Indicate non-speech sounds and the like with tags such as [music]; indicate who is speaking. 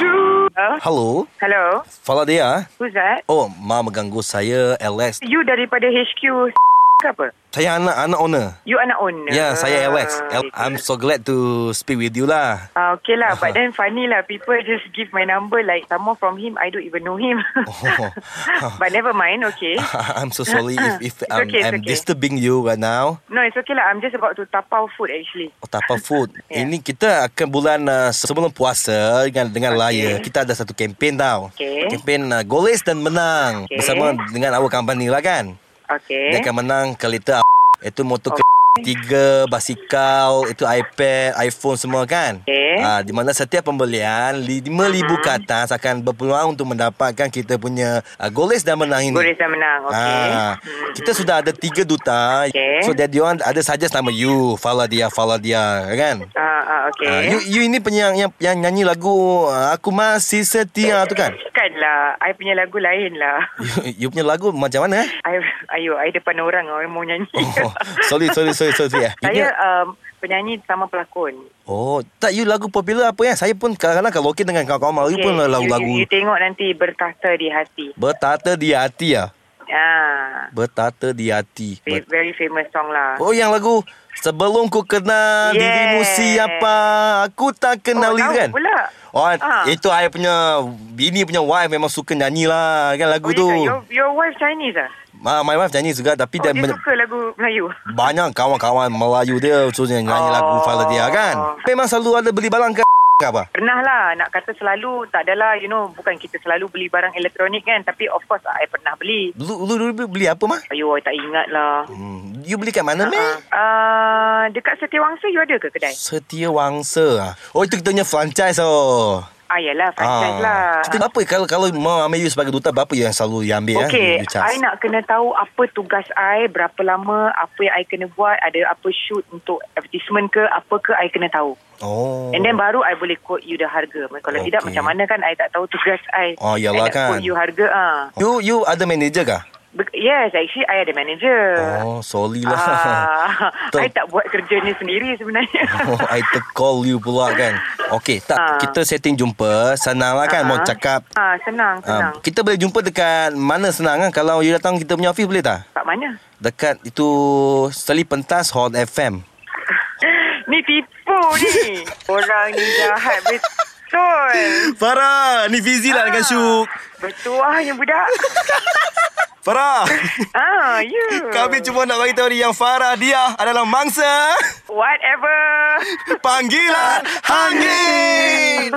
Speaker 1: Hello?
Speaker 2: Hello,
Speaker 1: Hello.
Speaker 2: Faladia.
Speaker 1: Who's that?
Speaker 2: Oh, ma mengganggu saya Alex.
Speaker 1: You daripada HQ ke apa?
Speaker 2: Saya anak anak owner.
Speaker 1: You anak owner.
Speaker 2: Ya, yeah, saya Alex. Al- I'm so glad to speak with you lah. [laughs]
Speaker 1: Ah, okay lah. But then funny lah. People just give my number like someone from him. I don't even know him.
Speaker 2: Oh.
Speaker 1: [laughs] but never mind. Okay.
Speaker 2: I'm so sorry if if
Speaker 1: It's
Speaker 2: um,
Speaker 1: okay, it's
Speaker 2: I'm
Speaker 1: okay.
Speaker 2: disturbing you right now.
Speaker 1: No, it's okay lah. I'm just about to tapau food actually.
Speaker 2: Oh,
Speaker 1: [laughs]
Speaker 2: tapau food.
Speaker 1: Yeah.
Speaker 2: Ini kita akan bulan uh, sebelum puasa dengan dengan
Speaker 1: Okay.
Speaker 2: laya kita ada satu kempen tau.
Speaker 1: Okay.
Speaker 2: Kempen uh, goles dan menang
Speaker 1: Okay.
Speaker 2: bersama dengan awak company lah kan. Dia
Speaker 1: Okay.
Speaker 2: akan menang kereta itu motor ke
Speaker 1: Oh.
Speaker 2: tiga basikal itu iPad iPhone semua kan
Speaker 1: Okey.
Speaker 2: Ah, di mana setiap pembelian 5000
Speaker 1: Hmm.
Speaker 2: ke atas akan berpeluang untuk mendapatkan kita punya ah, goles dan menang ini
Speaker 1: Boris dah menang. Okay. Hmm.
Speaker 2: Ah, kita sudah ada tiga duta.
Speaker 1: Okey.
Speaker 2: So dia diorang ada saja nama you, Faladia, Faladia, kan?
Speaker 1: Ah, ah, okay.
Speaker 2: Ah, you, you ini punya yang, yang, yang nyanyi lagu ah, Aku Masih Setia tu kan?
Speaker 1: Kan lah. I punya lagu lain lah. [laughs]
Speaker 2: You, you punya lagu macam mana eh? [laughs]
Speaker 1: I, ayo, I depan orang. Orang mau nyanyi.
Speaker 2: Oh,
Speaker 1: [laughs]
Speaker 2: sorry, sorry, sorry, sorry. eh. You
Speaker 1: Saya
Speaker 2: punya-
Speaker 1: um, penyanyi sama pelakon.
Speaker 2: Oh, tak you lagu popular apa ya? Saya pun kadang-kadang karaoke dengan kawan-kawan Melayu pun lagu-lagu
Speaker 1: You, you, you tengok nanti bertata di hati.
Speaker 2: bertata di hati ya.
Speaker 1: Ah,
Speaker 2: Bertata di hati.
Speaker 1: very,
Speaker 2: Ber-
Speaker 1: very famous song lah.
Speaker 2: oh, yang lagu sebelum ku
Speaker 1: Yes. Oh,
Speaker 2: kenal dirimu siapa, aku tak kenali
Speaker 1: tahu
Speaker 2: kan.
Speaker 1: pula.
Speaker 2: Oh,
Speaker 1: Ah.
Speaker 2: itu saya punya bini punya wife memang suka nyanyi lah kan
Speaker 1: Oh,
Speaker 2: lagu tu.
Speaker 1: you- your, your wife Chinese ah?
Speaker 2: Ma, my wife nyanyi juga tapi
Speaker 1: Oh,
Speaker 2: dia,
Speaker 1: dia
Speaker 2: men-
Speaker 1: suka lagu Melayu.
Speaker 2: banyak kawan-kawan Melayu dia so dia nyanyi
Speaker 1: Oh.
Speaker 2: lagu fala dia kan. Memang selalu ada beli barang ke ke apa?
Speaker 1: Pernah lah nak kata selalu tak adalah you know bukan kita selalu beli barang elektronik kan tapi of course I pernah beli.
Speaker 2: Lu, lu, lu beli apa mah?
Speaker 1: Ayuh I tak ingat lah.
Speaker 2: Hmm, you beli kat mana, meh?
Speaker 1: Ah, ah, dekat Setiawangsa you ada ke kedai?
Speaker 2: Setia Wangsa ah. Oh itu kita punya franchise oh.
Speaker 1: Ah yalah franchise lah.
Speaker 2: Kita apa kalau kalau mau ambil you sebagai duta berapa yang selalu you ambil
Speaker 1: Okay,
Speaker 2: ah?
Speaker 1: I
Speaker 2: You
Speaker 1: nak kena tahu apa tugas I, berapa lama, apa yang I kena buat, ada apa shoot untuk advertisement ke, apa ke I kena tahu.
Speaker 2: Oh.
Speaker 1: And then baru I boleh quote you the harga. Kalau
Speaker 2: Okay.
Speaker 1: tidak macam mana kan I tak tahu tugas I.
Speaker 2: Oh,
Speaker 1: I
Speaker 2: yalah
Speaker 1: nak
Speaker 2: kan.
Speaker 1: quote you harga ah.
Speaker 2: you you ada manager kah?
Speaker 1: Be- yes, actually I ada manager.
Speaker 2: Oh, sorry lah.
Speaker 1: Ah, [laughs]
Speaker 2: Betul.
Speaker 1: I tak buat kerja ni sendiri sebenarnya.
Speaker 2: [laughs] Oh, I tercall you pula kan. Okey, tak
Speaker 1: Ah.
Speaker 2: kita setting jumpa. Senang lah
Speaker 1: Ah.
Speaker 2: kan mau cakap.
Speaker 1: [laughs] Ah, senang,
Speaker 2: Ah,
Speaker 1: senang.
Speaker 2: kita boleh jumpa dekat mana senang kan? Kalau you datang kita punya office boleh tak?
Speaker 1: Kat mana? [gasps]
Speaker 2: Dekat itu Seli Pentas Hot FM.
Speaker 1: Ni tipu
Speaker 2: [laughs]
Speaker 1: ni. Orang ni jahat betul.
Speaker 2: Farah, ni Fizi
Speaker 1: Ah.
Speaker 2: lah dengan Syuk.
Speaker 1: Bertuahnya ah, budak. [laughs]
Speaker 2: Farah.
Speaker 1: Ah, you.
Speaker 2: Kami cuma nak bagi tahu ni yang Farah dia adalah mangsa
Speaker 1: Whatever.
Speaker 2: panggilan hangin.